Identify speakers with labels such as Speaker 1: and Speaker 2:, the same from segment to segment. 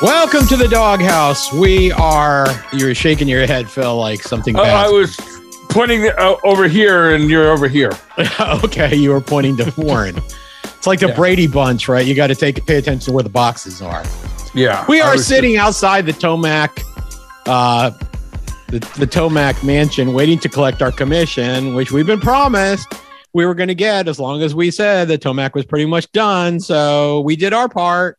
Speaker 1: Welcome to the doghouse. We are. You were shaking your head, Phil, like something
Speaker 2: Uh, I
Speaker 1: bad.
Speaker 2: was pointing uh, over here, and you're over here.
Speaker 1: okay, you were pointing to Warren. It's like the
Speaker 2: Yeah.
Speaker 1: Brady Bunch, right? You got to take pay attention to where the boxes are.
Speaker 2: Yeah,
Speaker 1: We
Speaker 2: I
Speaker 1: are
Speaker 2: was
Speaker 1: sitting outside the Tomac, uh, the, the Tomac mansion, waiting to collect our commission, which we've been promised we were going to get as long as we said the Tomac was pretty much done. So we did our part.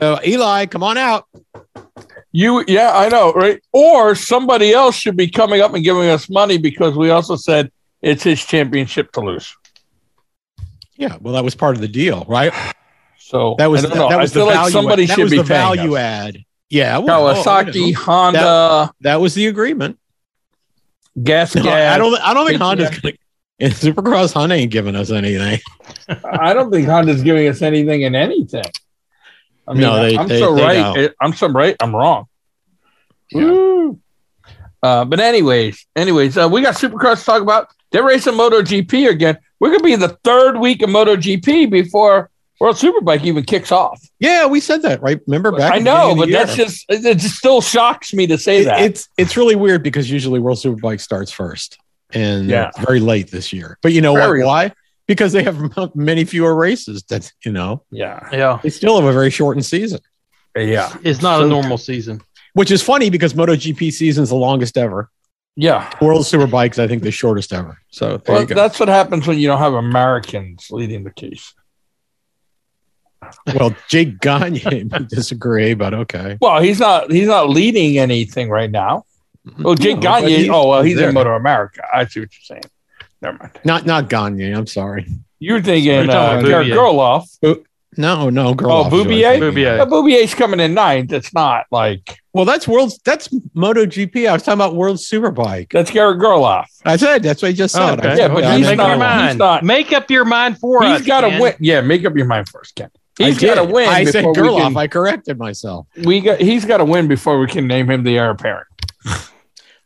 Speaker 1: So Eli, come on out.
Speaker 2: just- you. Yeah, I know, right? Or somebody else should be coming up and giving us money because we also said it's his championship to lose.
Speaker 1: Yeah, well, that was part of the deal, right?
Speaker 2: So
Speaker 1: That was
Speaker 2: I don't know.
Speaker 1: that was
Speaker 2: I feel
Speaker 1: the value.
Speaker 2: like somebody
Speaker 1: add. That
Speaker 2: should
Speaker 1: was
Speaker 2: be
Speaker 1: the
Speaker 2: paying
Speaker 1: value
Speaker 2: us.
Speaker 1: add. Yeah, well, oh,
Speaker 2: Kawasaki,
Speaker 1: you know,
Speaker 2: Honda,
Speaker 1: that was the agreement.
Speaker 2: Gas
Speaker 1: No,
Speaker 2: Gas.
Speaker 1: I don't. I don't think
Speaker 2: Yeah.
Speaker 1: Honda's going. to Supercross Honda ain't giving us anything.
Speaker 2: I don't think Honda's giving us anything in anything. I mean,
Speaker 1: No, they-
Speaker 2: I'm
Speaker 1: they-
Speaker 2: so
Speaker 1: they
Speaker 2: right.
Speaker 1: don't.
Speaker 2: I'm so right. I'm wrong.
Speaker 1: Yeah.
Speaker 2: Woo. Uh, but anyways, anyways, uh, we got Supercross to talk about. They're racing MotoGP again. We're gonna be in the third week of MotoGP before World Superbike even kicks off.
Speaker 1: Yeah, we said that right. Remember back.
Speaker 2: I
Speaker 1: at the
Speaker 2: know,
Speaker 1: beginning
Speaker 2: but
Speaker 1: of the
Speaker 2: that's
Speaker 1: year?
Speaker 2: just it, it just still shocks me to say
Speaker 1: It-
Speaker 2: that.
Speaker 1: it's it's really weird because usually World Superbike starts first, and
Speaker 2: Yeah.
Speaker 1: it's very late this year. But you know what?
Speaker 2: Very-
Speaker 1: Why? Because they have m- many fewer races. That you know
Speaker 2: yeah,
Speaker 3: Yeah,
Speaker 1: they still have a very shortened season,
Speaker 2: yeah,
Speaker 3: it's not
Speaker 2: So-
Speaker 3: a normal season.
Speaker 1: which is funny because MotoGP season's the longest ever.
Speaker 2: yeah.
Speaker 1: World Superbike's I think the shortest ever. So there
Speaker 2: Well,
Speaker 1: you go.
Speaker 2: that's what happens when you don't have Americans leading the case.
Speaker 1: Well, Jake Gagne may disagree, but okay.
Speaker 2: Well, he's not he's not leading anything right now. Oh, Jake
Speaker 1: Mm-hmm. No, but
Speaker 2: Gagne.
Speaker 1: he's-
Speaker 2: oh, well, he's
Speaker 1: there.
Speaker 2: in Motor America. I see what you're saying. Never mind.
Speaker 1: Not not Gagne. I'm sorry.
Speaker 2: You're thinking
Speaker 3: We're talking
Speaker 2: uh,
Speaker 3: about
Speaker 2: Garrett
Speaker 3: Bouvier.
Speaker 2: Gerloff.
Speaker 1: No, no. Girl
Speaker 2: Oh, Boubier?
Speaker 3: Boubier.
Speaker 2: But Boubier's coming in ninth. It's not like
Speaker 1: Well, that's world. That's MotoGP. I was talking about World Superbike.
Speaker 2: that's Garrett Gerloff.
Speaker 1: I said that's what I just said.
Speaker 3: Oh, okay.
Speaker 1: I
Speaker 2: Yeah,
Speaker 1: told
Speaker 2: but
Speaker 1: you, I
Speaker 2: he's
Speaker 1: meant
Speaker 3: Make
Speaker 2: not-
Speaker 3: up
Speaker 1: Girloff.
Speaker 3: your
Speaker 2: he's
Speaker 3: mind.
Speaker 2: not-
Speaker 3: Make up your mind for us.
Speaker 2: He's got to
Speaker 3: man.
Speaker 2: win. Yeah, make up your mind first, Ken.
Speaker 1: I
Speaker 2: He's got to
Speaker 1: did.
Speaker 2: win.
Speaker 1: I said
Speaker 2: before we
Speaker 1: Gerloff.
Speaker 2: can-
Speaker 1: I corrected myself.
Speaker 2: we got. He's got to win before we can name him the heir apparent.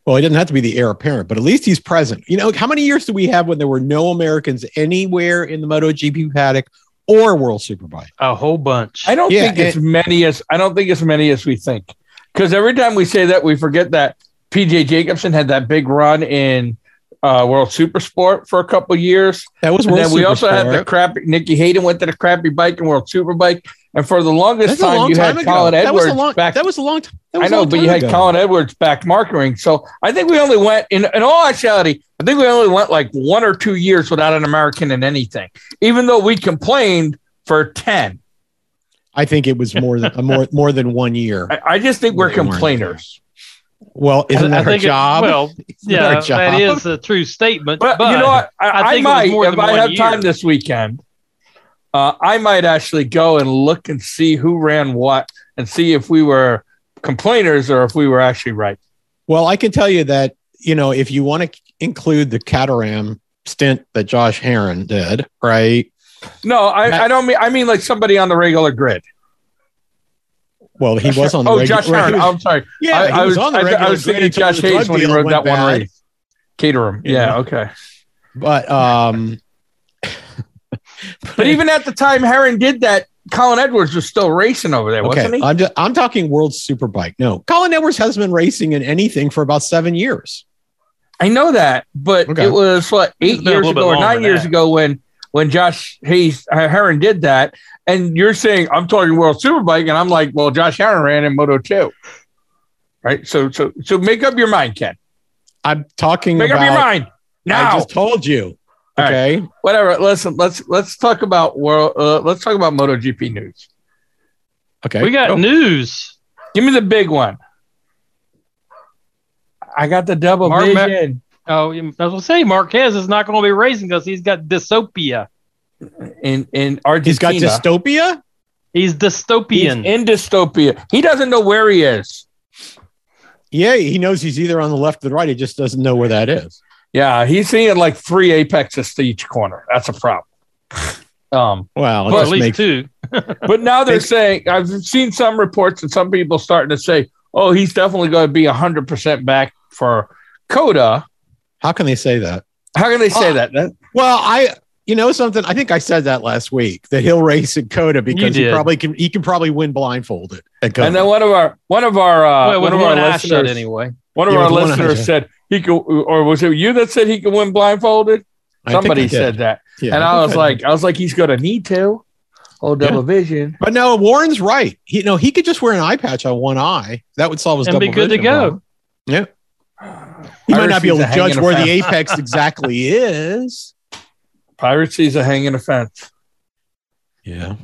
Speaker 1: Well, he doesn't have to be the heir apparent, but at least he's present. You know, how many years do we have when there were no Americans anywhere in the MotoGP paddock or World Superbike?
Speaker 3: a whole bunch.
Speaker 2: I don't
Speaker 1: Yeah,
Speaker 2: think as many as I don't think as many as we think. Because every time we say that, we forget that PJ Jacobson had that big run in uh, World Super Sport for a couple years.
Speaker 1: That was
Speaker 2: And
Speaker 1: World
Speaker 2: then we also had the
Speaker 1: Supersport.
Speaker 2: crappy Nikki Hayden went to the crappy bike and World Superbike. And for the longest
Speaker 1: That's a
Speaker 2: time,
Speaker 1: long
Speaker 2: you
Speaker 1: time
Speaker 2: had
Speaker 1: ago.
Speaker 2: Colin
Speaker 1: that was
Speaker 2: Edwards
Speaker 1: a long.
Speaker 2: back.
Speaker 1: That was a long time. that
Speaker 2: I
Speaker 1: was a
Speaker 2: know,
Speaker 1: long
Speaker 2: but you
Speaker 1: time
Speaker 2: had
Speaker 1: ago.
Speaker 2: Colin Edwards back markering. So I think we only went in, in all actuality, I think we only went like one or two years without an American in anything, even though we complained for 10.
Speaker 1: I think it was more than more more than one year.
Speaker 2: I, I just think we're
Speaker 1: They weren't.
Speaker 2: complainers.
Speaker 1: Well, isn't that her
Speaker 3: think it-
Speaker 1: job?
Speaker 3: well,
Speaker 1: Isn't that
Speaker 3: yeah,
Speaker 1: her job?
Speaker 3: that is a true statement.
Speaker 2: But,
Speaker 3: But,
Speaker 2: you know what? I,
Speaker 3: I
Speaker 2: I,
Speaker 3: think it was
Speaker 2: might,
Speaker 3: more
Speaker 2: if
Speaker 3: than
Speaker 2: I
Speaker 3: one
Speaker 2: have
Speaker 3: year.
Speaker 2: time this weekend, uh, I might actually go and look and see who ran what and see if we were complainers or if we were actually right.
Speaker 1: Well, I can tell you that you know if you want to include the Cataram stint that Josh Heron did, right?
Speaker 2: No, I, I don't mean, I mean like somebody on the regular grid.
Speaker 1: Well, he was on the
Speaker 2: Oh,
Speaker 1: regu-
Speaker 2: Josh
Speaker 1: well, he
Speaker 2: Heron.
Speaker 1: was-
Speaker 2: I'm sorry.
Speaker 1: yeah,
Speaker 2: I,
Speaker 1: he
Speaker 2: I was,
Speaker 1: on the
Speaker 2: I,
Speaker 1: regular
Speaker 2: I was thinking
Speaker 1: grid until
Speaker 2: Josh
Speaker 1: the drug
Speaker 2: Hayes when he
Speaker 1: deal
Speaker 2: rode
Speaker 1: went
Speaker 2: that one
Speaker 1: bad.
Speaker 2: race. Caterham. Yeah,
Speaker 1: Yeah.
Speaker 2: okay.
Speaker 1: But um,
Speaker 2: But even at the time Heron did that, Colin Edwards was still racing over there,
Speaker 1: okay,
Speaker 2: wasn't he?
Speaker 1: I'm just I'm talking World Superbike. No, Colin Edwards has been racing in anything for about seven years.
Speaker 2: I know that, but
Speaker 1: Okay.
Speaker 2: it was what
Speaker 3: It's
Speaker 2: eight
Speaker 3: been a
Speaker 2: years
Speaker 3: little bit
Speaker 2: ago or
Speaker 3: longer
Speaker 2: nine
Speaker 3: than
Speaker 2: years
Speaker 3: that.
Speaker 2: ago when when Josh Hayes uh, Heron did that, and you're saying I'm talking World Superbike, and I'm like, well, Josh Heron ran in Moto Two, right? So so so make up your mind, Ken.
Speaker 1: I'm talking
Speaker 2: Make
Speaker 1: about.
Speaker 2: up your mind now.
Speaker 1: I just told you.
Speaker 2: All right.
Speaker 1: Okay.
Speaker 2: Whatever. Listen, let's let's talk about world. Uh, let's talk about MotoGP news.
Speaker 1: Okay.
Speaker 3: We got
Speaker 2: Oh.
Speaker 3: news.
Speaker 2: Give me the big one. I got the double
Speaker 3: Mark Ma-
Speaker 2: vision.
Speaker 3: Oh, I was gonna say Marquez is not going to be racing because he's got dystopia.
Speaker 2: in in Argentina.
Speaker 1: He's got dystopia.
Speaker 3: He's
Speaker 2: He's
Speaker 3: dystopian.
Speaker 2: in dystopia. He doesn't know where he is.
Speaker 1: Yeah, he knows he's either on the left or the right. He just doesn't know where that is.
Speaker 2: Yeah, he's seeing like three apexes to each corner. That's a problem. Um,
Speaker 1: Well, it
Speaker 3: Well, at
Speaker 1: just
Speaker 3: least
Speaker 1: makes-
Speaker 3: two.
Speaker 2: but now they're saying I've seen some reports and some people starting to say, "Oh, he's definitely going to be hundred percent back for Coda."
Speaker 1: how can they say that?
Speaker 2: How can they say
Speaker 1: Oh.
Speaker 2: that? That-
Speaker 1: Well, I you know something? I think I said that last week that he'll race at Coda because he
Speaker 3: did.
Speaker 1: probably can. He can probably win blindfolded at Coda.
Speaker 2: And then one of our one of our uh,
Speaker 3: well,
Speaker 2: one
Speaker 3: with
Speaker 2: of
Speaker 3: one
Speaker 2: our
Speaker 3: eye shut
Speaker 2: listeners
Speaker 3: anyway.
Speaker 2: one of
Speaker 1: Yeah,
Speaker 2: our
Speaker 1: with one eye
Speaker 2: listeners
Speaker 1: shut.
Speaker 2: said he could, or was it you that said he could win blindfolded?
Speaker 1: I think I
Speaker 2: Somebody
Speaker 1: did.
Speaker 2: said that,
Speaker 1: Yeah,
Speaker 2: and I
Speaker 1: think
Speaker 2: was
Speaker 1: did.
Speaker 2: like, I was like, he's gonna need to. Oh, double vision.
Speaker 1: but no, Warren's right. He, no, he could just wear an eye patch on one eye. That would solve his
Speaker 3: And
Speaker 1: double
Speaker 3: be good to
Speaker 1: vision
Speaker 3: go.
Speaker 1: problem. He might not be able to judge where the apex exactly is.
Speaker 2: piracy's a hanging offense.
Speaker 1: Yeah.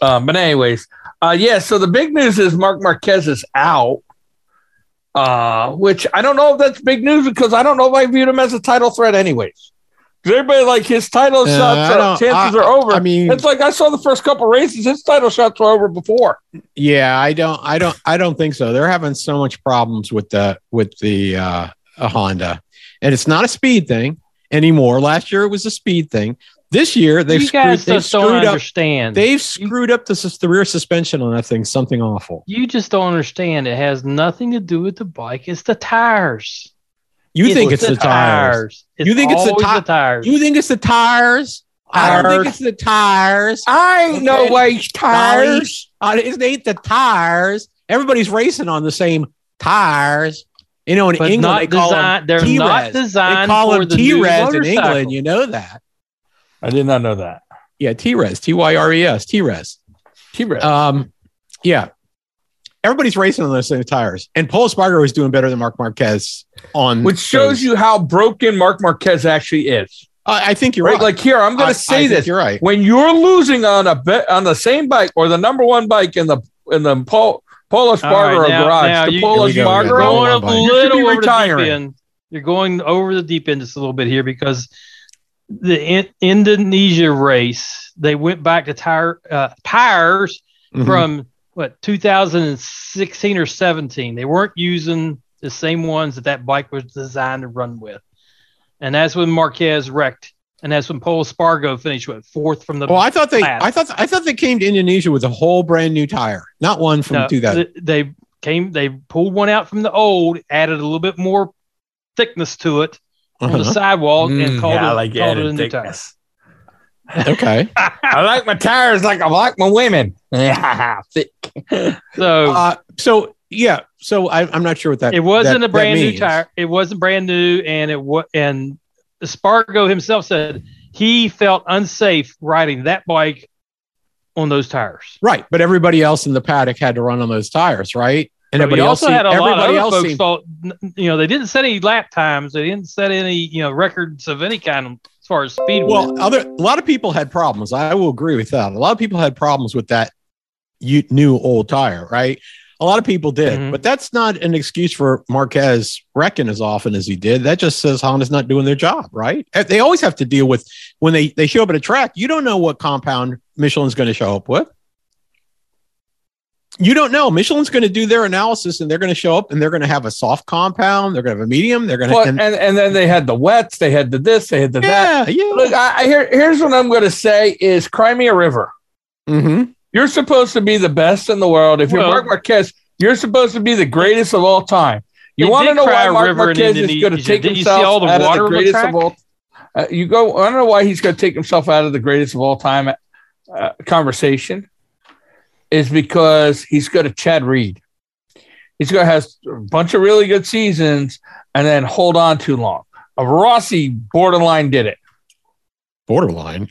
Speaker 2: Um, but anyways, uh, yeah. So the big news is Mark Marquez is out, uh, which I don't know if that's big news because I don't know if I viewed him as a title threat. Anyways, 'Cause everybody like his title
Speaker 1: Yeah, I
Speaker 2: shots are,
Speaker 1: don't-
Speaker 2: chances are over.
Speaker 1: I mean,
Speaker 2: it's like I saw the first couple races; his title shots were over before.
Speaker 1: Yeah, I don't, I don't, I don't think so. They're having so much problems with the with the uh, uh, Honda, and it's not a speed thing anymore. Last year it was a speed thing. This year they've
Speaker 3: you
Speaker 1: screwed,
Speaker 3: guys
Speaker 1: they've
Speaker 3: just don't
Speaker 1: screwed up.
Speaker 3: understand.
Speaker 1: They've screwed up the, sus- the rear suspension on that thing. Something awful.
Speaker 3: you just don't understand. It has nothing to do with the bike. It's the tires.
Speaker 1: You think it's the tires?
Speaker 3: you think it's the, ti- tires?
Speaker 1: You think it's the tires? I don't
Speaker 2: Tires.
Speaker 1: think it's the tires.
Speaker 2: I ain't no
Speaker 1: Okay.
Speaker 2: way tires.
Speaker 1: Uh, it ain't the tires. Everybody's racing on the same tires. You know, in
Speaker 3: but
Speaker 1: England
Speaker 3: not
Speaker 1: they call 'em
Speaker 3: designed. They're
Speaker 1: T-Res.
Speaker 3: not
Speaker 1: They
Speaker 3: designed
Speaker 1: call
Speaker 3: for
Speaker 1: him
Speaker 3: the
Speaker 1: T
Speaker 3: new
Speaker 1: Res in
Speaker 3: motorcycle.
Speaker 1: England. You know that.
Speaker 2: I did not know that.
Speaker 1: Yeah, T Res, T Y R E S, T Res.
Speaker 2: T-Rex.
Speaker 1: Um, yeah. Everybody's racing on those same tires. And Paul Spargo is doing better than Mark Marquez on
Speaker 2: which shows you how broken Mark Marquez actually is.
Speaker 1: I, I think you're
Speaker 2: right?
Speaker 1: right.
Speaker 2: Like here, I'm going
Speaker 1: I-
Speaker 2: to
Speaker 1: I
Speaker 2: say
Speaker 1: think
Speaker 2: this:
Speaker 1: You're right.
Speaker 2: when you're losing on a bet on the same bike or the number one bike in the in the Paul Paul
Speaker 3: All right,
Speaker 2: Espargaro
Speaker 3: now-
Speaker 2: garage,
Speaker 3: now
Speaker 2: the
Speaker 3: you-
Speaker 2: Paul
Speaker 1: Here we go. Go
Speaker 3: You're
Speaker 2: Espargaro.
Speaker 1: on.
Speaker 3: going a
Speaker 1: Bike.
Speaker 2: You should be
Speaker 3: little over the
Speaker 2: retiring.
Speaker 3: deep end. You're going over the deep end just a little bit here because the in- Indonesia race they went back to tire uh, tires
Speaker 1: Mhm.
Speaker 3: from what 2016 or 17. They weren't using the same ones that that bike was designed to run with, and that's when Marquez wrecked, and that's when Paul Spargo finished what fourth from the.
Speaker 1: Well, Oh, I thought they,
Speaker 3: Class.
Speaker 1: I thought, I thought they came to Indonesia with a whole brand new tire, not one from
Speaker 3: no,
Speaker 1: 2000.
Speaker 3: th- they came, they pulled one out from the old, added a little bit more thickness to it on the
Speaker 1: Uh-huh.
Speaker 3: sidewall,
Speaker 2: Mm,
Speaker 3: and called
Speaker 2: yeah, I
Speaker 3: it,
Speaker 2: like
Speaker 3: called it
Speaker 2: added
Speaker 3: a new tire.
Speaker 2: thickness.
Speaker 1: Uh-huh. Okay.
Speaker 2: I like my tires like I like my women. Thick.
Speaker 3: So
Speaker 1: Uh, so yeah, so I, I'm not sure what that.
Speaker 3: Oh. it
Speaker 1: that-
Speaker 3: wasn't a
Speaker 1: that
Speaker 3: brand new
Speaker 1: means.
Speaker 3: tire. It wasn't brand new, and it was and Spargo himself said he felt unsafe riding that bike on those tires.
Speaker 1: Right, but everybody else in the paddock had to run on those tires, right? And
Speaker 3: But he
Speaker 1: everybody else,
Speaker 3: also
Speaker 1: seemed-
Speaker 3: had a lot of
Speaker 1: everybody
Speaker 3: other
Speaker 1: else
Speaker 3: folks
Speaker 1: seemed-
Speaker 3: thought n- you know they didn't set any lap times, they didn't set any you know records of any kind as far as speed. went.
Speaker 1: well, other a lot of people had problems. I will agree with that. A lot of people had problems with that u- new old tire, right? A lot of people did,
Speaker 2: Mm-hmm.
Speaker 3: Mhm.
Speaker 1: but that's not an excuse for Marquez wrecking as often as he did. That just says Honda's not doing their job, right? Uh, They always have to deal with when they they show up at a track. You don't know what compound Michelin's going to show up with. You don't know. Michelin's going to do their analysis, and they're going to show up, and they're going to have a soft compound. They're going to have a medium. They're going to
Speaker 2: But, and and then they had the wets, they had the this, they had the that.
Speaker 1: yeah, yeah.
Speaker 2: Look, I, I here, here's what I'm going to say: is cry me a river.
Speaker 1: mm-hmm.
Speaker 2: You're supposed to be the best in the world. If you're
Speaker 3: Well-
Speaker 2: Mark Marquez, you're supposed to be the greatest of all time. You
Speaker 3: They
Speaker 2: want to
Speaker 3: did
Speaker 2: know
Speaker 3: cry
Speaker 2: why
Speaker 3: a
Speaker 2: Mark
Speaker 3: river in
Speaker 2: Marquez is
Speaker 3: Indonesia.
Speaker 2: going to take
Speaker 3: Didn't you see
Speaker 2: himself
Speaker 3: all the
Speaker 2: out
Speaker 3: water
Speaker 2: of the
Speaker 3: on the
Speaker 2: greatest
Speaker 3: track?
Speaker 2: of all. Uh, you go. I don't know why he's going to take himself out of the greatest of all time uh, conversation. Is because he's going to Chad Reed. He's going to have a bunch of really good seasons and then hold on too long. Uh, Rossi borderline did it.
Speaker 1: borderline.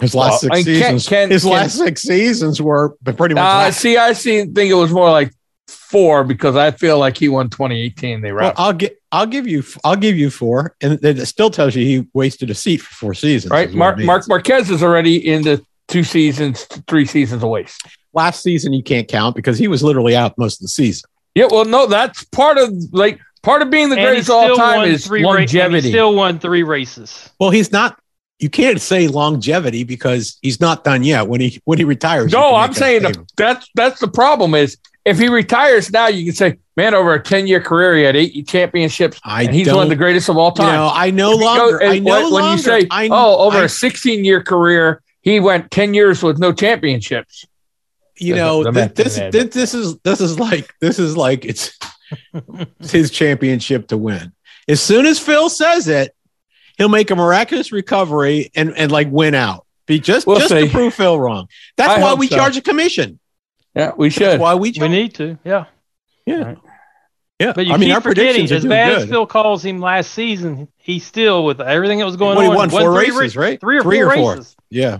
Speaker 1: His
Speaker 2: Well,
Speaker 1: last
Speaker 2: I mean,
Speaker 1: six
Speaker 2: Ken-
Speaker 1: seasons.
Speaker 2: Ken-
Speaker 1: his
Speaker 2: Ken-
Speaker 1: last six seasons were pretty much.
Speaker 2: Uh,
Speaker 1: whack.
Speaker 2: see, I see, think it was more like four because I feel like he won 2018. They
Speaker 1: Well,
Speaker 2: wrapped
Speaker 3: uh,
Speaker 1: I'll get. I'll give you. I'll give you four, and it it still tells you he wasted a seat for four seasons.
Speaker 2: right.
Speaker 1: is what it
Speaker 2: Mark
Speaker 1: means.
Speaker 2: Mark Marquez is already in the two seasons, three seasons away.
Speaker 1: last season you can't count because he was literally out most of the season.
Speaker 2: Yeah, well, no, that's part of like part of being the
Speaker 3: And he
Speaker 2: greatest of all
Speaker 3: still
Speaker 2: time
Speaker 3: won
Speaker 2: is
Speaker 3: three ra- and he
Speaker 2: longevity.
Speaker 3: still won three races.
Speaker 1: Well, he's not. You can't say longevity because he's not done yet. When he when he retires, you
Speaker 2: no,
Speaker 1: can
Speaker 2: I'm
Speaker 1: make that
Speaker 2: saying
Speaker 1: statement.
Speaker 2: that's that's the problem is if he retires now, you can say, man, over a 10 year career, he had eight championships.
Speaker 1: I
Speaker 2: And he's
Speaker 1: don't.
Speaker 2: one of the greatest of all
Speaker 1: you
Speaker 2: time.
Speaker 1: know, I no
Speaker 2: If you go-
Speaker 1: longer. I
Speaker 2: and
Speaker 1: no
Speaker 2: when,
Speaker 1: longer.
Speaker 2: when you say,
Speaker 1: I,
Speaker 2: "Oh, over
Speaker 1: I-
Speaker 2: a 16-year career, he went 10 years with no championships."
Speaker 1: you
Speaker 2: The-
Speaker 1: know
Speaker 2: the
Speaker 1: th-
Speaker 2: method
Speaker 1: this,
Speaker 2: man.
Speaker 1: this this is this is like this is like it's it's his championship to win as soon as phil says it he'll make a miraculous recovery and and like win out. Be just
Speaker 2: We'll
Speaker 1: just
Speaker 2: see.
Speaker 1: to prove Phil wrong. That's
Speaker 2: I
Speaker 1: why
Speaker 2: hope
Speaker 1: we
Speaker 2: so.
Speaker 1: charge a commission.
Speaker 2: Yeah, we
Speaker 1: That's
Speaker 2: should.
Speaker 1: why we
Speaker 3: We
Speaker 1: charge.
Speaker 3: need to, yeah.
Speaker 1: yeah,
Speaker 3: But you
Speaker 1: I mean
Speaker 3: keep
Speaker 1: our
Speaker 3: forgetting,
Speaker 1: predictions are
Speaker 3: as
Speaker 1: doing
Speaker 3: bad as
Speaker 1: good.
Speaker 3: Phil calls him last season, he still with everything that was going
Speaker 1: What, he
Speaker 3: on.
Speaker 1: won four
Speaker 3: three
Speaker 1: races, right?
Speaker 3: Three or
Speaker 1: Three
Speaker 3: four
Speaker 1: or four.
Speaker 3: races.
Speaker 1: Yeah,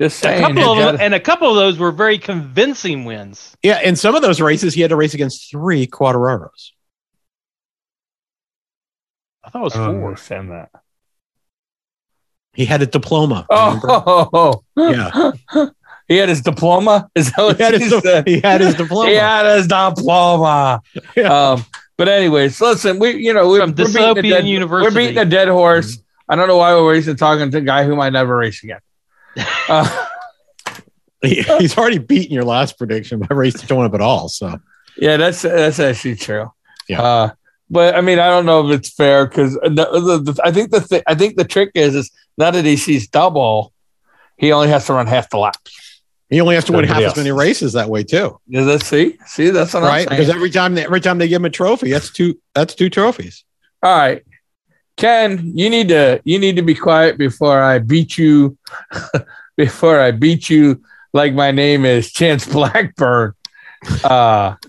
Speaker 2: Just
Speaker 3: A
Speaker 2: saying.
Speaker 3: couple of
Speaker 2: you
Speaker 3: them,
Speaker 2: gotta-
Speaker 3: and a couple of those were very convincing wins.
Speaker 1: yeah. And some of those races, he had to race against three Quadraros.
Speaker 3: I thought it was
Speaker 2: I don't
Speaker 3: four.
Speaker 2: understand that.
Speaker 1: He had a diploma.
Speaker 2: Oh,
Speaker 1: remember?
Speaker 2: yeah. he had his diploma. Is that what
Speaker 1: he had his,
Speaker 2: you said?
Speaker 1: he had his diploma.
Speaker 2: He had his diploma.
Speaker 1: Yeah.
Speaker 2: Um, but anyways, listen, we you know we,
Speaker 3: From
Speaker 2: we're beating a
Speaker 3: Dystopian
Speaker 2: dead,
Speaker 3: University. Mm-hmm.
Speaker 2: We're beating a dead horse. I don't know why we're racing talking to a guy who might never race again. Uh,
Speaker 1: He- he's already beaten your last prediction by race showing up at all. So
Speaker 2: yeah, that's that's actually true.
Speaker 1: Yeah.
Speaker 2: Uh, but I mean, I don't know if it's fair because I think the th- I think the trick is is now that he sees double, he only has to run half the lap.
Speaker 1: he only has to win half
Speaker 2: Nobody
Speaker 1: as many
Speaker 2: else.
Speaker 1: races that way too,
Speaker 2: Does that see? See, that's what
Speaker 1: right?
Speaker 2: I'm saying.
Speaker 1: Because every time they, every time they give him a trophy, that's two that's two trophies.
Speaker 2: All right. Ken, you need to you need to be quiet before I beat you before I beat you like my name is Chance Blackburn. Uh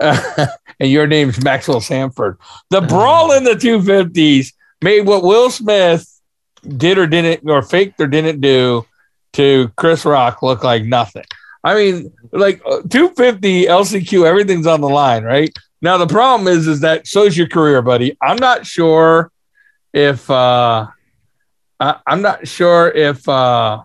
Speaker 2: and your name's Maxwell Sanford. The brawl in the 250s made what Will Smith did or didn't or faked or didn't do to Chris Rock look like nothing. I mean, like uh, 250 LCQ, everything's on the line, right? Now the problem is, is that so's your career, buddy. I'm not sure if uh, I, I'm not sure if uh,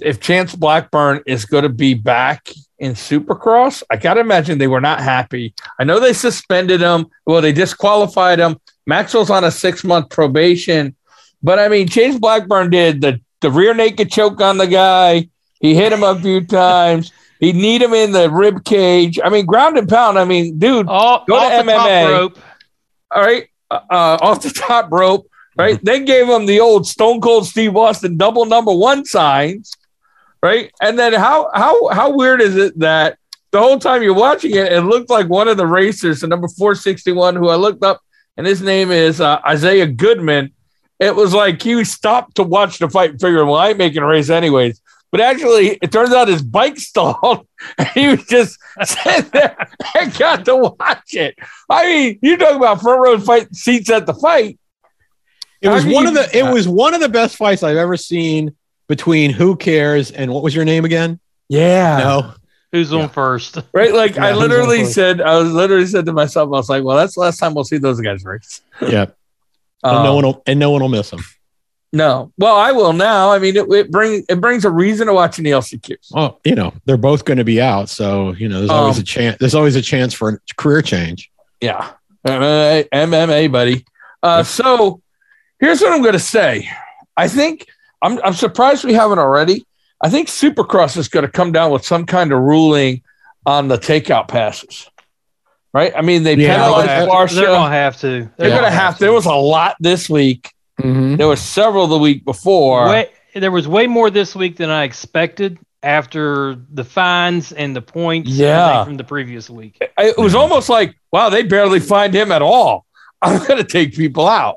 Speaker 2: if Chance Blackburn is going to be back in Supercross. I gotta imagine they were not happy. I know they suspended him. Well, they disqualified him. Maxwell's on a six month probation, but I mean, Chance Blackburn did the the rear naked choke on the guy. He hit him a few times. He need him in the rib cage. I mean, ground and pound. I mean, dude,
Speaker 3: All,
Speaker 2: Go to
Speaker 3: off the
Speaker 2: MMA.
Speaker 3: top rope.
Speaker 2: all right, uh, uh, off the top rope, right? They gave him the old Stone Cold Steve Austin double number one signs, right? And then how how how weird is it that the whole time you're watching it, it looked like one of the racers, the number four sixty one, who I looked up, and his name is uh, Isaiah Goodman. It was like you stopped to watch the fight, and figuring, well, I ain't making a race anyways. But actually, it turns out his bike stalled, and he was just sitting there and got to watch it. I mean, you talk about front row fight seats at the fight.
Speaker 1: It
Speaker 2: How
Speaker 1: was
Speaker 2: do
Speaker 1: one
Speaker 2: you
Speaker 1: of the
Speaker 2: do
Speaker 1: it
Speaker 2: that?
Speaker 1: was one of the best fights I've ever seen between who cares and what was your name again?
Speaker 2: Yeah.
Speaker 1: No,
Speaker 3: Who's
Speaker 1: Yeah.
Speaker 3: on first?
Speaker 2: Right. Like
Speaker 1: Yeah,
Speaker 2: I
Speaker 1: who's on
Speaker 2: literally
Speaker 1: first?
Speaker 2: said, I was literally said to myself, I was like, well, that's the last time we'll see those guys race.
Speaker 1: yeah, and
Speaker 2: Um,
Speaker 1: no one will, and no one will miss him.
Speaker 2: no. Well, I will now. I mean, it, it brings it brings a reason to watch an LCQs.
Speaker 1: Well, Oh, you know they're both going to be out, so you know there's always
Speaker 2: Um,
Speaker 1: a chance. There's always a chance for a career change.
Speaker 2: Yeah. MMA, MMA buddy. Uh, so here's what I'm going to say. I think I'm, I'm surprised we haven't already. I think Supercross is going to come down with some kind of ruling on the takeout passes, right? I mean, they
Speaker 1: Yeah,
Speaker 3: They're
Speaker 1: Alex
Speaker 3: gonna
Speaker 2: penalized Barcia.
Speaker 3: have- Oh, they're gonna have to.
Speaker 2: They're
Speaker 1: Yeah.
Speaker 2: going to have. There was a lot this week. There was several the week before.
Speaker 3: Way, there was way more this week than I expected after the fines and the points. and
Speaker 2: Yeah.
Speaker 3: everything from the previous week.
Speaker 2: I- It was almost like, wow, they barely find him at all. I'm going to take people out.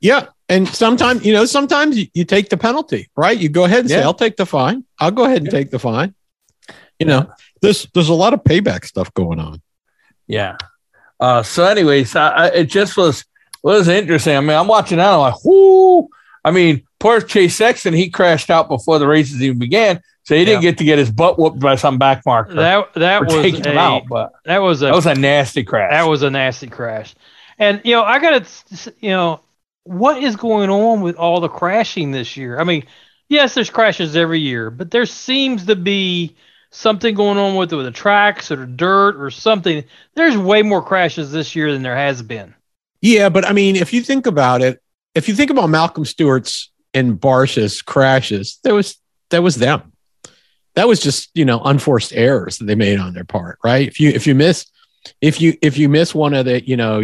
Speaker 1: Yeah, and sometimes you know sometimes you, you take the penalty, right? You go ahead and say,
Speaker 2: Yeah.
Speaker 1: "I'll take the fine. I'll go ahead and take the fine." You know, there's there's a lot of payback stuff going on.
Speaker 2: Yeah. Uh, so, anyways, I, I, it just was was interesting. I mean, I'm watching that. I'm like, whoo. I mean, poor Chase Sexton, he crashed out before the races even began, so he didn't get to get his butt whooped by some back marker
Speaker 3: That that
Speaker 2: for
Speaker 3: was
Speaker 2: taking him
Speaker 3: a,
Speaker 2: out. But
Speaker 3: that was
Speaker 2: that
Speaker 3: a
Speaker 2: was a nasty crash.
Speaker 3: that was a nasty crash. And you know, I gotta s- s- you know, what is going on with all the crashing this year? I mean, yes, there's crashes every year, but there seems to be something going on with with the tracks or dirt or something. There's way more crashes this year than there has been.
Speaker 1: Yeah, but I mean, if you think about it, if you think about Malcolm Stewart's and Barsha's crashes, there was that was them. That was just you know unforced errors that they made on their part, right? If you if you miss if you if you miss one of the you know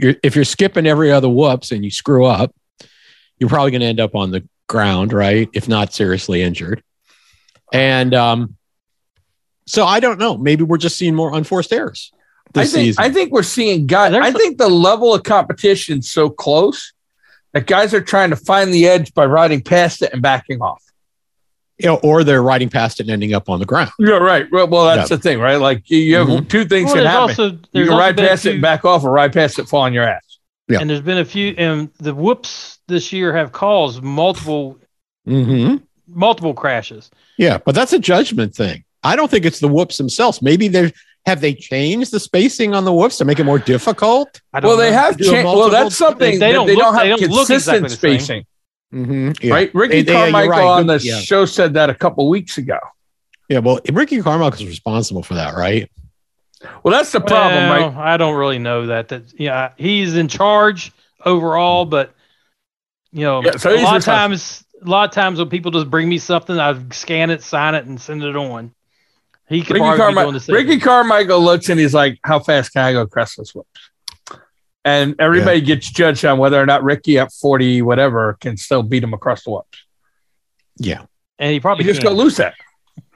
Speaker 1: you're, if you're skipping every other whoops and you screw up, you're probably going to end up on the ground, right? If not seriously injured, and um, so I don't know. Maybe we're just seeing more unforced errors. this
Speaker 2: I think,
Speaker 1: season.
Speaker 2: I think we're seeing guys.
Speaker 3: There's
Speaker 2: I
Speaker 3: a-
Speaker 2: think the level of competition is so close that guys are trying to find the edge by riding past it and backing off.
Speaker 1: You know, or they're riding past it and ending up on the ground.
Speaker 2: Yeah, right. Well, well that's the thing, right? Like you, you have
Speaker 1: Mhm.
Speaker 2: two things
Speaker 3: Well,
Speaker 2: can
Speaker 3: there's
Speaker 2: happen.
Speaker 3: also
Speaker 2: you
Speaker 3: there's
Speaker 2: can
Speaker 3: also
Speaker 2: ride
Speaker 3: been a
Speaker 2: past it
Speaker 3: few-
Speaker 2: and back off, or ride past it, fall on your ass.
Speaker 1: Yeah.
Speaker 3: And there's been a few, and the whoops this year have caused multiple
Speaker 1: Mm-hmm.
Speaker 3: multiple crashes.
Speaker 1: Yeah, but that's a judgment thing. I don't think it's the whoops themselves. Maybe they have they changed the spacing on the whoops to make it more difficult.
Speaker 3: I don't
Speaker 2: Well, they
Speaker 3: know.
Speaker 2: have
Speaker 1: Do a
Speaker 2: changed. Well,
Speaker 1: multiple-
Speaker 2: that's something they,
Speaker 3: They- they
Speaker 2: that
Speaker 3: don't
Speaker 2: they
Speaker 3: look-
Speaker 2: don't have
Speaker 3: they don't look
Speaker 2: consistent
Speaker 3: exactly the same.
Speaker 2: spacing,
Speaker 1: Mm-hmm. Yeah.
Speaker 2: right? Ricky
Speaker 1: They- they- yeah, you're
Speaker 2: Carmichael
Speaker 1: right.
Speaker 2: on the
Speaker 1: Good- yeah.
Speaker 2: show said that a couple weeks ago.
Speaker 1: Yeah. Well, Ricky Carmichael's responsible for that, right?
Speaker 2: Well, that's the problem, right?
Speaker 3: Well, I don't really know that. That yeah, he's in charge overall, but you know,
Speaker 2: Yeah, so
Speaker 3: a
Speaker 2: he's
Speaker 3: lot of
Speaker 2: responsible.
Speaker 3: times, a lot of times when people just bring me something, I scan it, sign it, and send it on. He could
Speaker 2: Ricky,
Speaker 3: probably be doing
Speaker 2: Carmi-
Speaker 3: the same.
Speaker 2: Ricky Carmichael looks and he's like, "How fast can I go across this whips?" And everybody gets judged on whether or not Ricky at forty whatever can still beat him across the whips.
Speaker 1: Yeah.
Speaker 3: and he probably
Speaker 2: You just
Speaker 3: can.
Speaker 2: gonna lose that.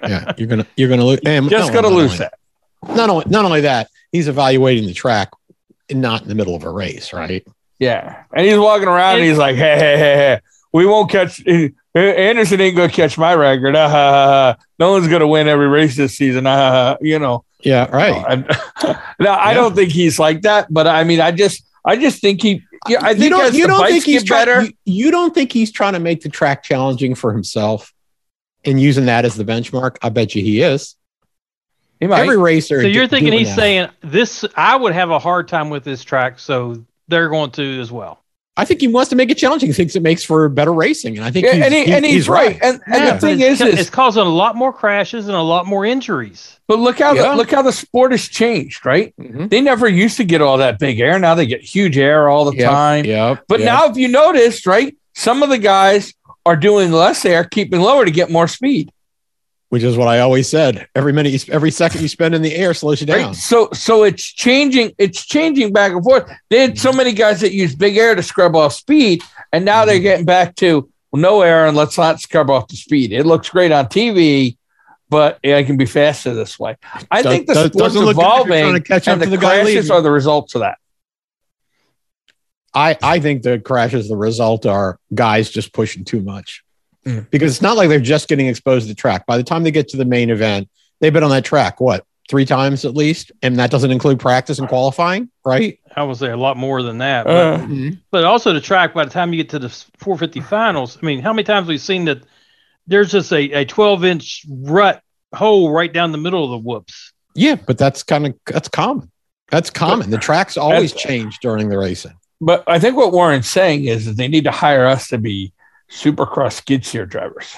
Speaker 1: Yeah. You're gonna you're gonna lose. and
Speaker 2: Just
Speaker 1: not
Speaker 2: gonna
Speaker 1: only-
Speaker 2: lose that.
Speaker 1: Not only not only that, he's evaluating the track, and not in the middle of a race, right?
Speaker 2: Yeah. And he's walking around and he's like, "Hey, hey, hey, hey, we won't catch." eh, Anderson ain't gonna catch my record. Ah, ha, ha, ha. No one's gonna win every race this season. Ah, ha, ha, ha." you know.
Speaker 1: Yeah. Right.
Speaker 2: I- now I
Speaker 1: Yeah.
Speaker 2: don't think he's like that, but I mean, I just, I just think he. Yeah, I think
Speaker 1: you don't,
Speaker 2: as
Speaker 1: you
Speaker 2: the
Speaker 1: don't
Speaker 2: bikes
Speaker 1: think he's
Speaker 2: get
Speaker 1: try-
Speaker 2: better.
Speaker 1: you, you don't think he's trying to make the track challenging for himself and using that as the benchmark? I bet you he is.
Speaker 2: he might.
Speaker 1: Every racer.
Speaker 3: So you're
Speaker 1: do-
Speaker 3: thinking
Speaker 1: doing
Speaker 3: he's
Speaker 1: that.
Speaker 3: saying this? I would have a hard time with this track, so they're going to as well.
Speaker 1: I think he wants to make it challenging. He thinks it makes for better racing, and I think
Speaker 2: Yeah,
Speaker 1: he's,
Speaker 2: and, he,
Speaker 1: he-
Speaker 2: and he's, right. And, and
Speaker 1: Yeah.
Speaker 2: the thing
Speaker 3: it's,
Speaker 2: is,
Speaker 3: it's
Speaker 2: is
Speaker 3: causing a lot more crashes and a lot more injuries.
Speaker 2: but look how
Speaker 1: Yeah.
Speaker 2: the, look how the sport has changed, right?
Speaker 1: Mhm.
Speaker 2: They never used to get all that big air. Now they get huge air all the
Speaker 1: Yep,
Speaker 2: time.
Speaker 1: Yep,
Speaker 2: But
Speaker 1: yep.
Speaker 2: now, if you notice, right, some of the guys are doing less air, keeping lower to get more speed.
Speaker 1: which is what I always said, every minute, you, sp- every second you spend in the air slows you down.
Speaker 2: Right? So so it's changing, it's changing back and forth. They had
Speaker 1: Mm-hmm.
Speaker 2: so many guys that use big air to scrub off speed, and now
Speaker 1: Mm-hmm.
Speaker 2: they're getting back to no air and let's not scrub off the speed. It looks great on TV, but I can be faster this way. I
Speaker 1: Do-
Speaker 2: think the
Speaker 1: do-
Speaker 2: sport's
Speaker 1: doesn't look good if you're trying to
Speaker 2: evolving
Speaker 1: catch up
Speaker 2: and
Speaker 1: to
Speaker 2: the,
Speaker 1: the guy
Speaker 2: crashes
Speaker 1: leading.
Speaker 2: are the results of that.
Speaker 1: I, I think the crashes, the result are guys just pushing too much
Speaker 2: Mm.
Speaker 1: because it's not like they're just getting exposed to the track. By the time they get to the main event, they've been on that track, what, three times at least? And that doesn't include practice and qualifying, right?
Speaker 3: I would say a lot more than that. But,
Speaker 2: Uh,
Speaker 3: but also the track, by the time you get to the 450 finals, I mean, how many times we've seen that there's just a, a 12 inch rut hole right down the middle of the whoops.
Speaker 1: Yeah, but that's kind of that's common. That's common. The tracks always
Speaker 2: That's-
Speaker 1: change during the racing.
Speaker 2: but I think what Warren's saying is that they need to hire us to be supercross skid steer drivers.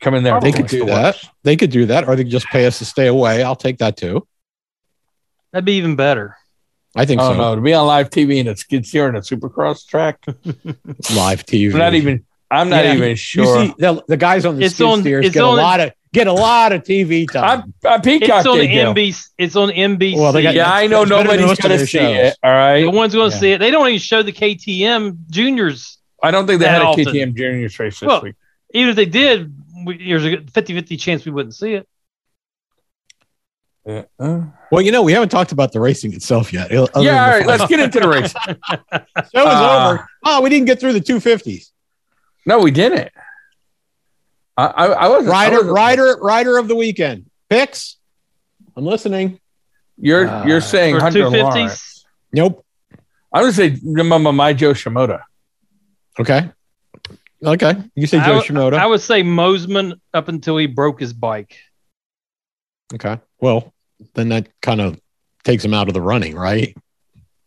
Speaker 2: Come in there. and
Speaker 1: They could
Speaker 2: fix
Speaker 1: do
Speaker 2: the
Speaker 1: that.
Speaker 2: works.
Speaker 1: They could do that, or they could just pay us to stay away. I'll take that too.
Speaker 3: That'd be even better.
Speaker 1: I think
Speaker 2: Oh
Speaker 1: so.
Speaker 2: no, to be on live TV and a skid steer and a supercross track.
Speaker 1: Live TV.
Speaker 2: I'm not even. I'm not
Speaker 1: Yeah,
Speaker 2: even
Speaker 1: You
Speaker 2: sure.
Speaker 1: see the, the guys on the
Speaker 3: It's
Speaker 1: skid
Speaker 3: on-
Speaker 1: steers
Speaker 3: it's
Speaker 1: get
Speaker 3: on-
Speaker 1: a lot of get a lot of TV time.
Speaker 2: I'm, I'm Peacock.
Speaker 3: It's on
Speaker 2: they do.
Speaker 3: NBC. It's on NBC.
Speaker 1: Well, they got-
Speaker 2: Yeah, I know
Speaker 1: It's better than
Speaker 2: nobody's
Speaker 1: most of
Speaker 2: gonna
Speaker 1: their
Speaker 2: see
Speaker 1: shows.
Speaker 2: it. All right.
Speaker 3: no one's going to
Speaker 2: Yeah.
Speaker 3: see it. They don't even show the KTM juniors.
Speaker 2: I don't think they
Speaker 3: that
Speaker 2: had a
Speaker 3: often.
Speaker 2: KTM Juniors race this
Speaker 3: Well,
Speaker 2: week.
Speaker 3: Even if they did, we, there's a 50 50 chance we wouldn't see it.
Speaker 2: Yeah. uh,
Speaker 1: well, you know, we haven't talked about the racing itself yet. uh, Yeah,
Speaker 2: all right. Let's get into the race.
Speaker 1: show is
Speaker 2: uh,
Speaker 1: over. Oh, we didn't get through the 250s.
Speaker 2: No, we didn't. I, I, I wasn't. I
Speaker 1: Rider,
Speaker 2: wasn't-
Speaker 1: rider, rider of the weekend. Picks. I'm listening.
Speaker 2: You're
Speaker 1: Uh,
Speaker 2: you're saying
Speaker 3: Or
Speaker 2: Hunter
Speaker 3: 250s.
Speaker 2: Lawrence.
Speaker 1: Nope.
Speaker 2: I'm gonna say my, my, my Joe Shimoda.
Speaker 1: Okay. Okay. You say
Speaker 3: I
Speaker 1: Joe
Speaker 3: w-
Speaker 1: Shimoda.
Speaker 3: I would say Mosman up until he broke his bike.
Speaker 1: okay. Well, then that kind of takes him out of the running, right?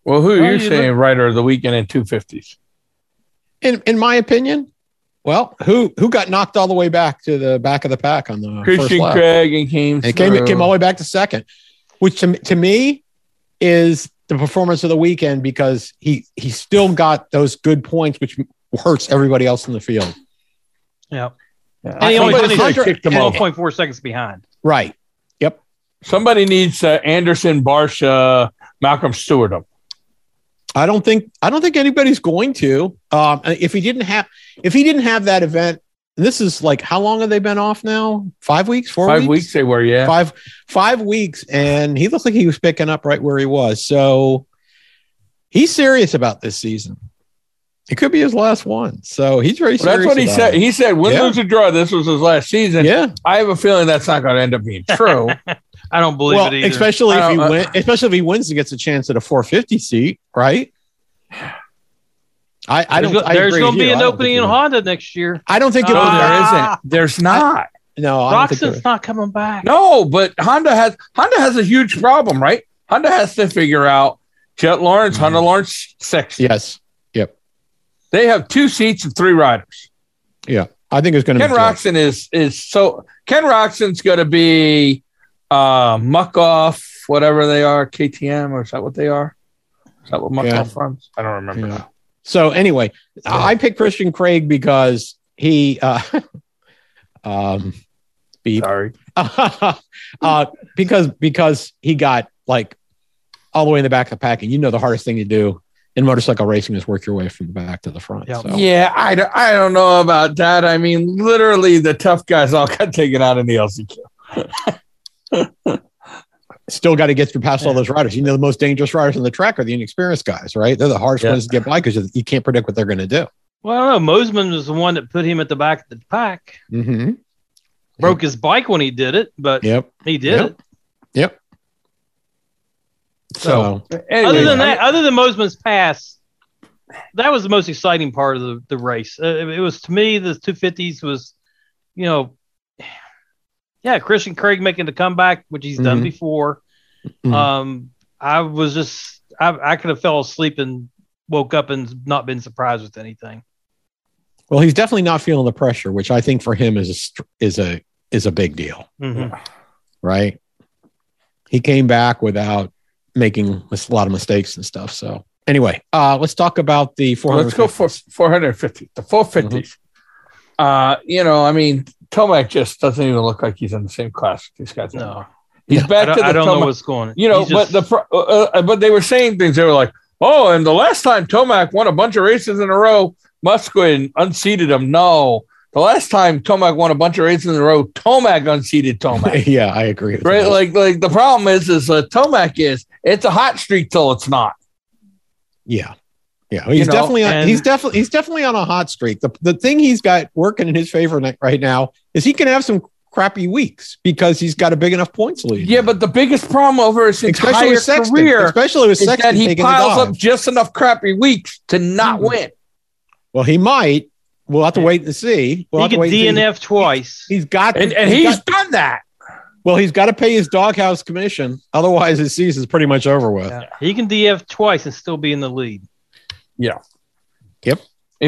Speaker 2: Well, who
Speaker 3: Oh,
Speaker 2: are you
Speaker 3: you
Speaker 2: saying rider of the weekend in 250s?
Speaker 1: In in my opinion. Well, who who got knocked all the way back to the back of the pack on the first
Speaker 2: Christian
Speaker 1: lap?
Speaker 2: Craig and came.
Speaker 1: And it came it
Speaker 2: through.
Speaker 1: came all the way back to second, which to, to me is the performance of the weekend because he he still got those good points, which hurts everybody else in the field.
Speaker 3: Yeah.
Speaker 2: Yeah.
Speaker 3: And he only
Speaker 2: Somebody
Speaker 3: finished-
Speaker 2: should've kicked him off.
Speaker 3: 12.4 seconds behind.
Speaker 1: Right.
Speaker 2: Somebody needs uh, Anderson, Barsha, Malcolm Stewart up.
Speaker 1: I don't think I don't think anybody's going to. Um, if he didn't have if he didn't have that event this is like how long have they been off now? Five weeks, four
Speaker 2: Five
Speaker 1: weeks,
Speaker 2: weeks they were, yeah.
Speaker 1: five five weeks, and he looks like he was picking up right where he was. So he's serious about this season. It could be his last one. So he's very
Speaker 2: Well,
Speaker 1: serious.
Speaker 2: that's what he
Speaker 1: about
Speaker 2: said.
Speaker 1: it.
Speaker 2: He said win,
Speaker 1: Yeah.
Speaker 2: lose, or draw. This was his last season.
Speaker 1: yeah.
Speaker 2: I have a feeling that's not going to end up being true.
Speaker 3: I don't believe
Speaker 1: Well,
Speaker 3: it either.
Speaker 1: especially if
Speaker 2: I
Speaker 1: he
Speaker 2: don't- uh,
Speaker 1: win, especially if he wins and gets a chance at a 450 seat, right? I, I
Speaker 3: there's
Speaker 1: don't.
Speaker 3: go-
Speaker 1: I
Speaker 3: there's
Speaker 1: agree
Speaker 3: going
Speaker 1: with
Speaker 3: to be
Speaker 1: you.
Speaker 3: an
Speaker 1: I don't
Speaker 3: opening
Speaker 1: think
Speaker 3: in
Speaker 1: he-
Speaker 3: Honda next year.
Speaker 1: I don't think it.
Speaker 2: no,
Speaker 3: Ah.
Speaker 1: there is.
Speaker 2: there isn't. There's not.
Speaker 1: No, Oh, I don't think there is.
Speaker 3: Roxon's not coming back.
Speaker 2: No, but Honda has Honda has a huge problem, right? Honda has to figure out Jet Lawrence,
Speaker 1: Mhm.
Speaker 2: Honda Lawrence, six.
Speaker 1: Yes,
Speaker 2: They have two seats and three riders.
Speaker 1: I think it's going to
Speaker 2: Ken
Speaker 1: be. Jet.
Speaker 2: Roxon is is so Ken Roxon's going to be uh, muck off whatever they are KTM or is that what they are? Is that what muck
Speaker 1: Yeah.
Speaker 2: off farms? I don't remember.
Speaker 1: Yeah. So anyway, I I picked Christian Craig because he, uh, um, beep,
Speaker 2: Sorry.
Speaker 1: uh, because because he got like all the way in the back of the pack, and you know the hardest thing to do in motorcycle racing is work your way from the back to the front.
Speaker 3: Yeah.
Speaker 1: So.
Speaker 2: Yeah, I don't, I don't know about that. I mean, literally, the tough guys all got taken out in the LCQ.
Speaker 1: still got to get through past all those riders. You know, the most dangerous riders on the track are the inexperienced guys, right? They're the hardest
Speaker 2: Yeah.
Speaker 1: ones to get by because you can't predict what they're going to do.
Speaker 3: Well, I don't know. Mosman was the one that put him at the back of the pack.
Speaker 1: Mm-hmm.
Speaker 3: Broke his bike when he did it, but
Speaker 1: Yep.
Speaker 3: he did
Speaker 1: Yep.
Speaker 3: it.
Speaker 1: So,
Speaker 2: Anyway,
Speaker 3: Other than that, other than Mosman's pass, that was the most exciting part of the, the race. Uh, it it was to me the 250s was, you know, yeah, Christian Craig making the comeback, which he's done
Speaker 1: Mhm.
Speaker 3: before.
Speaker 1: Mhm.
Speaker 3: Um, I was just I, I could have fell asleep and woke up and not been surprised with anything.
Speaker 1: well, he's definitely not feeling the pressure, which I think for him is a str- is a is a big deal, right? He came back without making a lot of mistakes and stuff. So, anyway, uh, let's talk about the four.
Speaker 2: let's go for 450, the 450s.
Speaker 3: Mm-hmm.
Speaker 2: Uh, you know, I mean, Tomac just doesn't even look like he's in the same class with these guys.
Speaker 3: No,
Speaker 2: He's
Speaker 3: I
Speaker 2: back
Speaker 3: don't,
Speaker 2: to the
Speaker 3: I don't know
Speaker 2: Tomac-
Speaker 3: what's going. on.
Speaker 2: you know,
Speaker 3: He's just-
Speaker 2: but the pro- uh, uh, but they were saying things. They were like, "Oh, and the last time Tomac won a bunch of races in a row, Musquin unseated him." No, the last time Tomac won a bunch of races in a row, Tomac unseated Tomac.
Speaker 1: yeah, I agree. with
Speaker 2: right?
Speaker 1: that.
Speaker 2: Like, like the problem is, is uh, Tomac is it's a hot streak till it's not.
Speaker 1: Yeah. Yeah, he's
Speaker 2: know,
Speaker 1: definitely on,
Speaker 3: and-
Speaker 1: he's definitely he's definitely on a hot streak. The the thing he's got working in his favor ni- right now is he can have some crappy weeks because he's got a big enough points lead.
Speaker 2: Yeah, but the biggest problem over his
Speaker 1: especially
Speaker 2: entire
Speaker 1: with Sexton,
Speaker 2: career
Speaker 1: especially with
Speaker 2: is that
Speaker 1: Sexton
Speaker 2: he
Speaker 1: taking the
Speaker 2: piles
Speaker 1: dive.
Speaker 2: up just enough crappy weeks to not
Speaker 1: Mhm.
Speaker 2: win.
Speaker 1: Well, he might. We'll have to wait and see. We'll
Speaker 3: he
Speaker 1: have to
Speaker 3: could
Speaker 1: wait and see.
Speaker 3: DNF twice.
Speaker 1: He's got to-
Speaker 2: And and
Speaker 1: he's
Speaker 2: he's
Speaker 1: got-
Speaker 2: done that.
Speaker 1: well, he's got to pay his doghouse commission. Otherwise, his season's pretty much over with.
Speaker 3: Yeah. He can DF twice and still be in the lead.
Speaker 2: Yeah, Eh,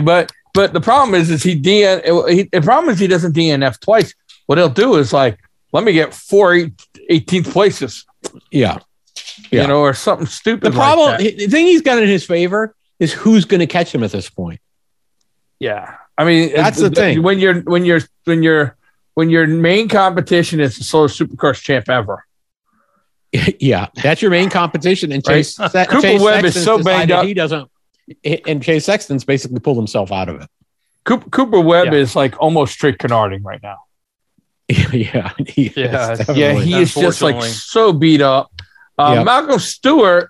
Speaker 2: But but the problem is is he DN he, the problem is he doesn't DNF twice. What he'll do is like let me get four eight, 18th places,
Speaker 1: yeah. Yeah.
Speaker 2: you know, or something stupid.
Speaker 1: The
Speaker 2: like
Speaker 1: problem,
Speaker 2: that.
Speaker 1: the thing he's got in his favor is who's going to catch him at this point.
Speaker 2: yeah. I mean,
Speaker 1: That's the
Speaker 2: uh,
Speaker 1: thing.
Speaker 2: When you're when you're when you're when your main competition is the slowest supercross champ ever,
Speaker 1: yeah, that's your main competition. And
Speaker 2: Right?
Speaker 1: Chase, Se-
Speaker 2: Cooper
Speaker 1: Chase
Speaker 2: Webb is
Speaker 1: Sexton's
Speaker 2: so banged
Speaker 1: decided
Speaker 2: up.
Speaker 1: He doesn't, and Chase Sexton's basically pulled himself out of
Speaker 2: Coop, Cooper Webb
Speaker 3: Yeah.
Speaker 2: is like almost straight canarding right now.
Speaker 1: it. yeah, he is,
Speaker 3: Yeah, it's-
Speaker 1: definitely.
Speaker 2: Yeah, he is just like
Speaker 3: Unfortunately.
Speaker 2: so beat up. Uh,
Speaker 1: Yep.
Speaker 2: Malcolm Stewart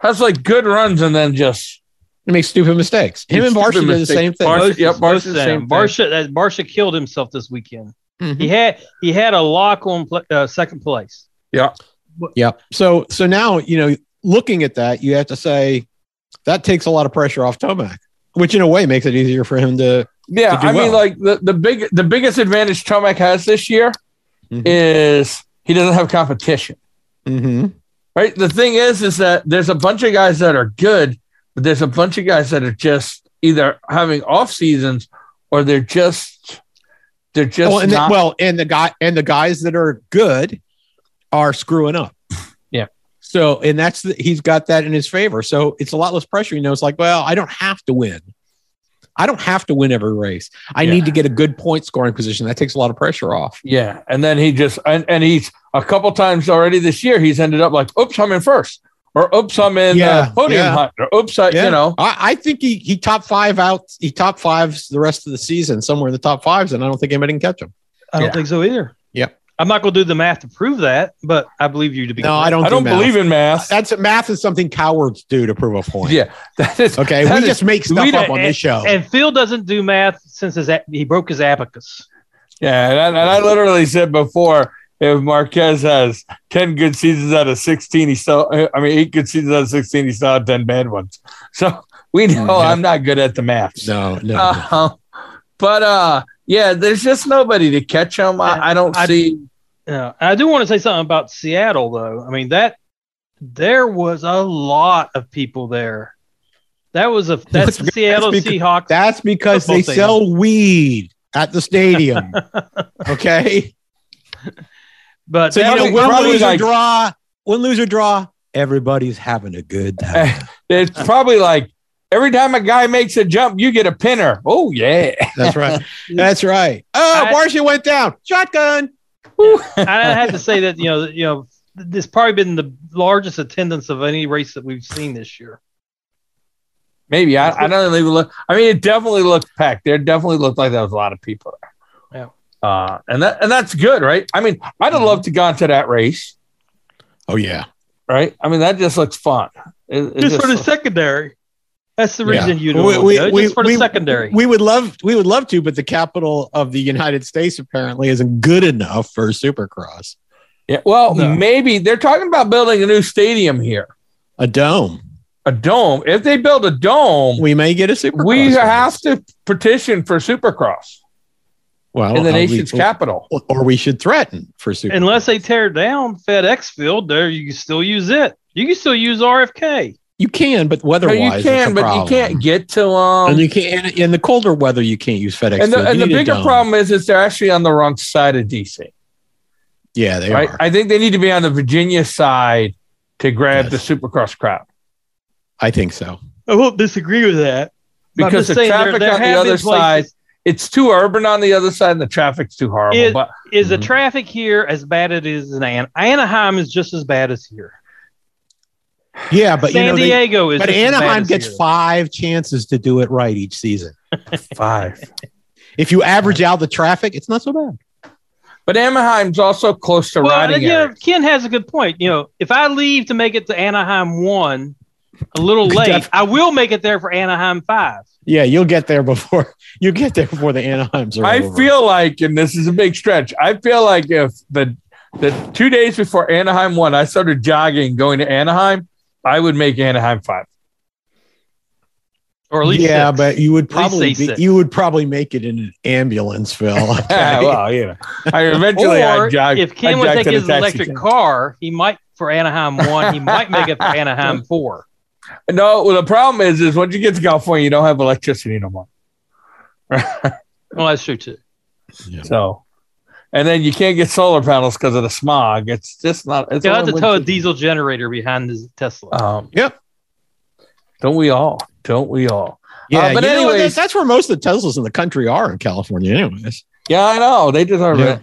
Speaker 2: has like good runs and then just
Speaker 1: he makes stupid mistakes. Him and
Speaker 2: Stupid
Speaker 1: Varsha did the
Speaker 2: mistake.
Speaker 1: same thing.
Speaker 2: Varsha- yep,
Speaker 3: Both
Speaker 2: Barsha's
Speaker 3: of
Speaker 2: the
Speaker 3: them.
Speaker 2: same thing. Mm-hmm.
Speaker 3: Barsha, that Barsha killed himself this weekend.
Speaker 1: Mhm.
Speaker 3: He had he had a lock on pla uh, second place.
Speaker 1: Yep. So, so now you know, looking at that, you have to say that takes a lot of pressure off Tomac, which in a way makes it easier for him to.
Speaker 2: Yeah,
Speaker 1: to do
Speaker 2: I mean,
Speaker 1: well.
Speaker 2: like the, the big the biggest advantage Tomac has this year
Speaker 1: Mhm.
Speaker 2: is he doesn't have competition.
Speaker 1: Mhm.
Speaker 2: Right. The thing is, is that there's a bunch of guys that are good, but there's a bunch of guys that are just either having off seasons or they're just they're just
Speaker 1: Well, and the,
Speaker 2: not.
Speaker 1: well, and the guy and the guys that are good are screwing up.
Speaker 2: Yeah.
Speaker 1: So, and that's the, he's got that in his favor. So it's a lot less pressure. You know, it's like, well, I don't have to win. I don't have to win every race. I
Speaker 2: Yeah.
Speaker 1: need to get a good point scoring position. That takes a lot of pressure off.
Speaker 2: yeah, and then he just and, and he's a couple times already this year he's ended up like, oops, I'm in first. or oops, I'm in
Speaker 1: Yeah,
Speaker 2: the podium
Speaker 1: yeah.
Speaker 2: hunt, or oops, I,
Speaker 1: Yeah.
Speaker 2: you know,
Speaker 1: I, I think he he top five out. He top fives the rest of the season somewhere in the top fives, and I don't think anybody can catch him.
Speaker 3: I don't
Speaker 2: Yeah.
Speaker 3: think so either.
Speaker 1: Yep.
Speaker 3: I'm not going to do the math to prove that, but I believe you to be.
Speaker 1: No, I don't.
Speaker 2: I don't
Speaker 1: do math.
Speaker 2: believe in math.
Speaker 1: That's math is something cowards do to prove a point.
Speaker 2: yeah, that is
Speaker 1: Okay,
Speaker 2: that
Speaker 1: we
Speaker 2: is-
Speaker 1: just make stuff
Speaker 2: we
Speaker 1: up
Speaker 2: don't-
Speaker 1: on this show.
Speaker 3: And Phil doesn't do math since his a- he broke his abacus.
Speaker 2: yeah, and I, and I literally said before. If Marquez has ten good seasons out of sixteen, he still uh, I mean eight good seasons out of sixteen, he still had ten bad ones. So we know
Speaker 1: Yeah.
Speaker 2: I'm not good at the math.
Speaker 1: no, no, no.
Speaker 2: Uh, but uh, yeah, there's just nobody to catch them. I, I don't
Speaker 3: I-
Speaker 2: see.
Speaker 3: Yeah, I do want to say something about Seattle, though. I mean that there was a lot of people there. That was a that's the
Speaker 1: That's
Speaker 3: Seattle
Speaker 1: because-
Speaker 3: Seahawks.
Speaker 1: That's because they
Speaker 3: Football
Speaker 1: sell weed at the stadium. okay,
Speaker 3: but
Speaker 1: so you
Speaker 2: That
Speaker 1: know
Speaker 2: was
Speaker 1: win,
Speaker 2: probably
Speaker 1: lose, or
Speaker 2: like-
Speaker 1: draw. Win, lose, or draw. Everybody's having a good time.
Speaker 2: It's probably like every time a guy makes a jump, you get a pinner. Oh yeah,
Speaker 1: That's right. That's right. Oh,
Speaker 3: I-
Speaker 1: Marcia went down. Shotgun.
Speaker 3: I have to say that you know you know this probably been the largest attendance of any race that we've seen this year.
Speaker 2: maybe I, I don't even look. I mean, it definitely looked packed. There definitely looked like there was a lot of people there. Yeah, uh, and that and that's good, right? I mean, I'd have loved to gone to that race,
Speaker 1: Oh yeah.
Speaker 2: right? I mean, that just looks fun. It- it
Speaker 3: Just,
Speaker 2: just
Speaker 3: for the
Speaker 2: looks-
Speaker 3: secondary. That's the
Speaker 1: Yeah.
Speaker 3: reason you don't. want to go, just for the
Speaker 1: we-
Speaker 3: secondary.
Speaker 1: We would love we would love to, but the capital of the United States apparently isn't good enough for Supercross.
Speaker 2: yeah, well,
Speaker 3: No.
Speaker 2: maybe they're talking about building a new stadium here,
Speaker 1: A dome.
Speaker 2: a dome. If they build a dome,
Speaker 1: We may get a Supercross.
Speaker 2: we
Speaker 1: race.
Speaker 2: have to petition for Supercross
Speaker 1: well
Speaker 2: in the
Speaker 1: uh, we-
Speaker 2: nation's capital.
Speaker 1: Or we should threaten for Supercross.
Speaker 3: Unless they tear down FedEx Field, there you can still use it. You can still use RFK.
Speaker 1: you can, but
Speaker 2: No,
Speaker 1: weatherwise,
Speaker 2: you
Speaker 1: it's a
Speaker 2: can, but you
Speaker 1: problem.
Speaker 2: can't get to um.
Speaker 1: and you can't and in the colder weather you can't use FedEx.
Speaker 2: and the,
Speaker 1: Field.
Speaker 2: and
Speaker 1: You
Speaker 2: the
Speaker 1: need a
Speaker 2: bigger
Speaker 1: dome.
Speaker 2: problem is is they're actually on the wrong side of DC.
Speaker 1: Yeah, they
Speaker 2: Right?
Speaker 1: are.
Speaker 2: I think they need to be on the Virginia side to grab
Speaker 1: Yes.
Speaker 2: the Supercross crowd
Speaker 1: I think so.
Speaker 3: I won't disagree with that. But I'm
Speaker 2: because
Speaker 3: just
Speaker 2: the
Speaker 3: saying there-
Speaker 2: traffic
Speaker 3: there
Speaker 2: on
Speaker 3: have
Speaker 2: the other
Speaker 3: been places-
Speaker 2: side it's too urban on the other side and the traffic's too horrible.
Speaker 3: It-
Speaker 2: but
Speaker 3: Is the
Speaker 1: Mm-hmm.
Speaker 2: Mhm.
Speaker 3: traffic here as bad as it is in An- Anaheim? Is just as bad as here.
Speaker 1: Yeah, but
Speaker 3: San
Speaker 1: you know, they-
Speaker 3: Diego is.
Speaker 1: but
Speaker 3: just as bad
Speaker 1: Anaheim
Speaker 3: as
Speaker 1: gets
Speaker 3: here.
Speaker 1: five chances to do it right each season.
Speaker 2: five.
Speaker 1: If you average out the traffic, it's not so bad.
Speaker 2: But Anaheim's also close to
Speaker 3: Well,
Speaker 2: riding
Speaker 3: you know,
Speaker 2: area.
Speaker 3: Ken has a good point. You know, if I leave to make it to Anaheim one a little late,
Speaker 1: Def-
Speaker 3: I will make it there for Anaheim five.
Speaker 1: Yeah, you'll get there before you get there before the Anaheims are.
Speaker 2: I
Speaker 1: over.
Speaker 2: feel like, and this is a big stretch. I feel like if the the two days before Anaheim won, I started jogging going to Anaheim, I would make Anaheim five.
Speaker 3: Or at least
Speaker 1: yeah,
Speaker 3: six.
Speaker 1: but you would
Speaker 3: At least
Speaker 1: probably
Speaker 3: say
Speaker 1: be,
Speaker 3: six.
Speaker 1: you would probably make it in an ambulance, Phil.
Speaker 2: Yeah,
Speaker 1: Okay?
Speaker 2: well, uh, you know, I eventually I
Speaker 3: Or
Speaker 2: jogged.
Speaker 3: if Ken
Speaker 2: I
Speaker 3: would
Speaker 2: jogged
Speaker 3: take
Speaker 2: to the
Speaker 3: his
Speaker 2: taxi
Speaker 3: electric
Speaker 2: stand.
Speaker 3: car, he might for Anaheim one. He might make it for Anaheim four.
Speaker 2: No, well, the problem is, is once you get to California, you don't have electricity no more.
Speaker 3: Well, that's true too.
Speaker 2: So, and then you can't get solar panels because of the smog. It's just not. It's
Speaker 3: You have
Speaker 2: only
Speaker 3: to tow a
Speaker 2: winter.
Speaker 3: diesel generator behind his Tesla.
Speaker 1: Uh,
Speaker 2: Um,
Speaker 1: Yep.
Speaker 2: Don't we all? Don't we all?
Speaker 1: yeah,
Speaker 2: Uh, but
Speaker 1: but you anyway,
Speaker 2: anyways-
Speaker 1: that's where most of the Teslas in the country are in California, anyways.
Speaker 2: Yeah, I know. They just are.
Speaker 1: Yeah.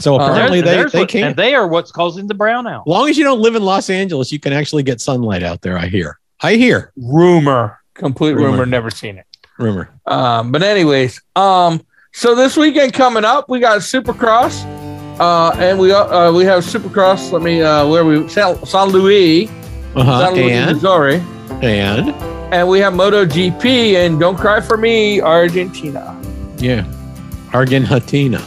Speaker 1: So
Speaker 2: Uh,
Speaker 1: apparently
Speaker 3: There's-
Speaker 1: they
Speaker 3: there's
Speaker 1: they
Speaker 3: what-
Speaker 1: can't.
Speaker 3: And they are what's causing the brownout.
Speaker 1: As long as you don't live in Los Angeles, you can actually get sunlight out there. I hear. I hear
Speaker 2: rumor, complete rumor.
Speaker 1: Rumor.
Speaker 2: never seen it.
Speaker 1: rumor.
Speaker 2: Um, but anyways, um, so this weekend coming up, we got Supercross, uh, and we uh, we have Supercross. Let me uh, where we San, San Luis,
Speaker 1: Uh huh.
Speaker 2: San Luis,
Speaker 1: And
Speaker 2: Missouri,
Speaker 1: and
Speaker 2: and we have MotoGP, and don't cry for me, Argentina.
Speaker 1: yeah, Argentina.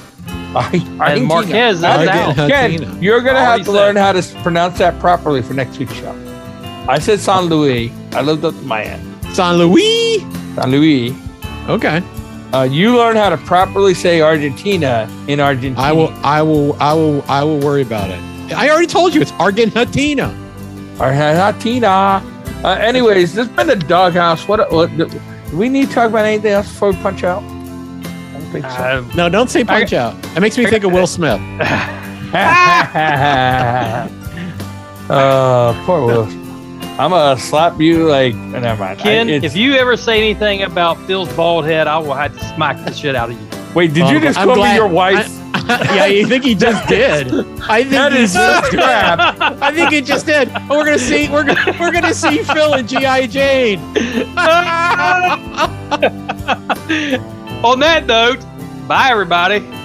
Speaker 3: And Marquez is
Speaker 2: Argentina.
Speaker 3: out.
Speaker 1: Argentina.
Speaker 2: Ken, you're gonna
Speaker 3: Already
Speaker 2: have to
Speaker 3: said.
Speaker 2: learn how to s- pronounce that properly for next week's show. I said San Luis. I lived up to my end.
Speaker 1: San Luis.
Speaker 2: San Luis.
Speaker 1: Okay.
Speaker 2: Uh, you learn how to properly say Argentina in Argentina.
Speaker 1: I will. I will. I will. I will worry about it. I already told you it's Argentina.
Speaker 2: Argentina. Uh, anyways, this has been the doghouse. What, what do we need to talk about anything else before we punch out? I don't think so.
Speaker 3: Uh,
Speaker 1: No, don't say punch out. That makes me think of Will Smith. Ah!
Speaker 2: uh, poor Will. I'm gonna slap you like never mind. I-
Speaker 3: Ken,
Speaker 2: it's-
Speaker 3: if you ever say anything about Phil's bald head, I will have to smack the shit out of you.
Speaker 2: wait, did you
Speaker 1: Um,
Speaker 2: just
Speaker 1: I'm
Speaker 2: call me
Speaker 1: glad-
Speaker 2: your wife?
Speaker 1: I,
Speaker 4: yeah, you think he just did?
Speaker 1: I think
Speaker 2: That
Speaker 1: he
Speaker 2: is
Speaker 1: just did.
Speaker 2: crap.
Speaker 1: I think he just did. And we're gonna see. We're gonna we're gonna see Phil and GI Jane.
Speaker 3: On that note, bye everybody.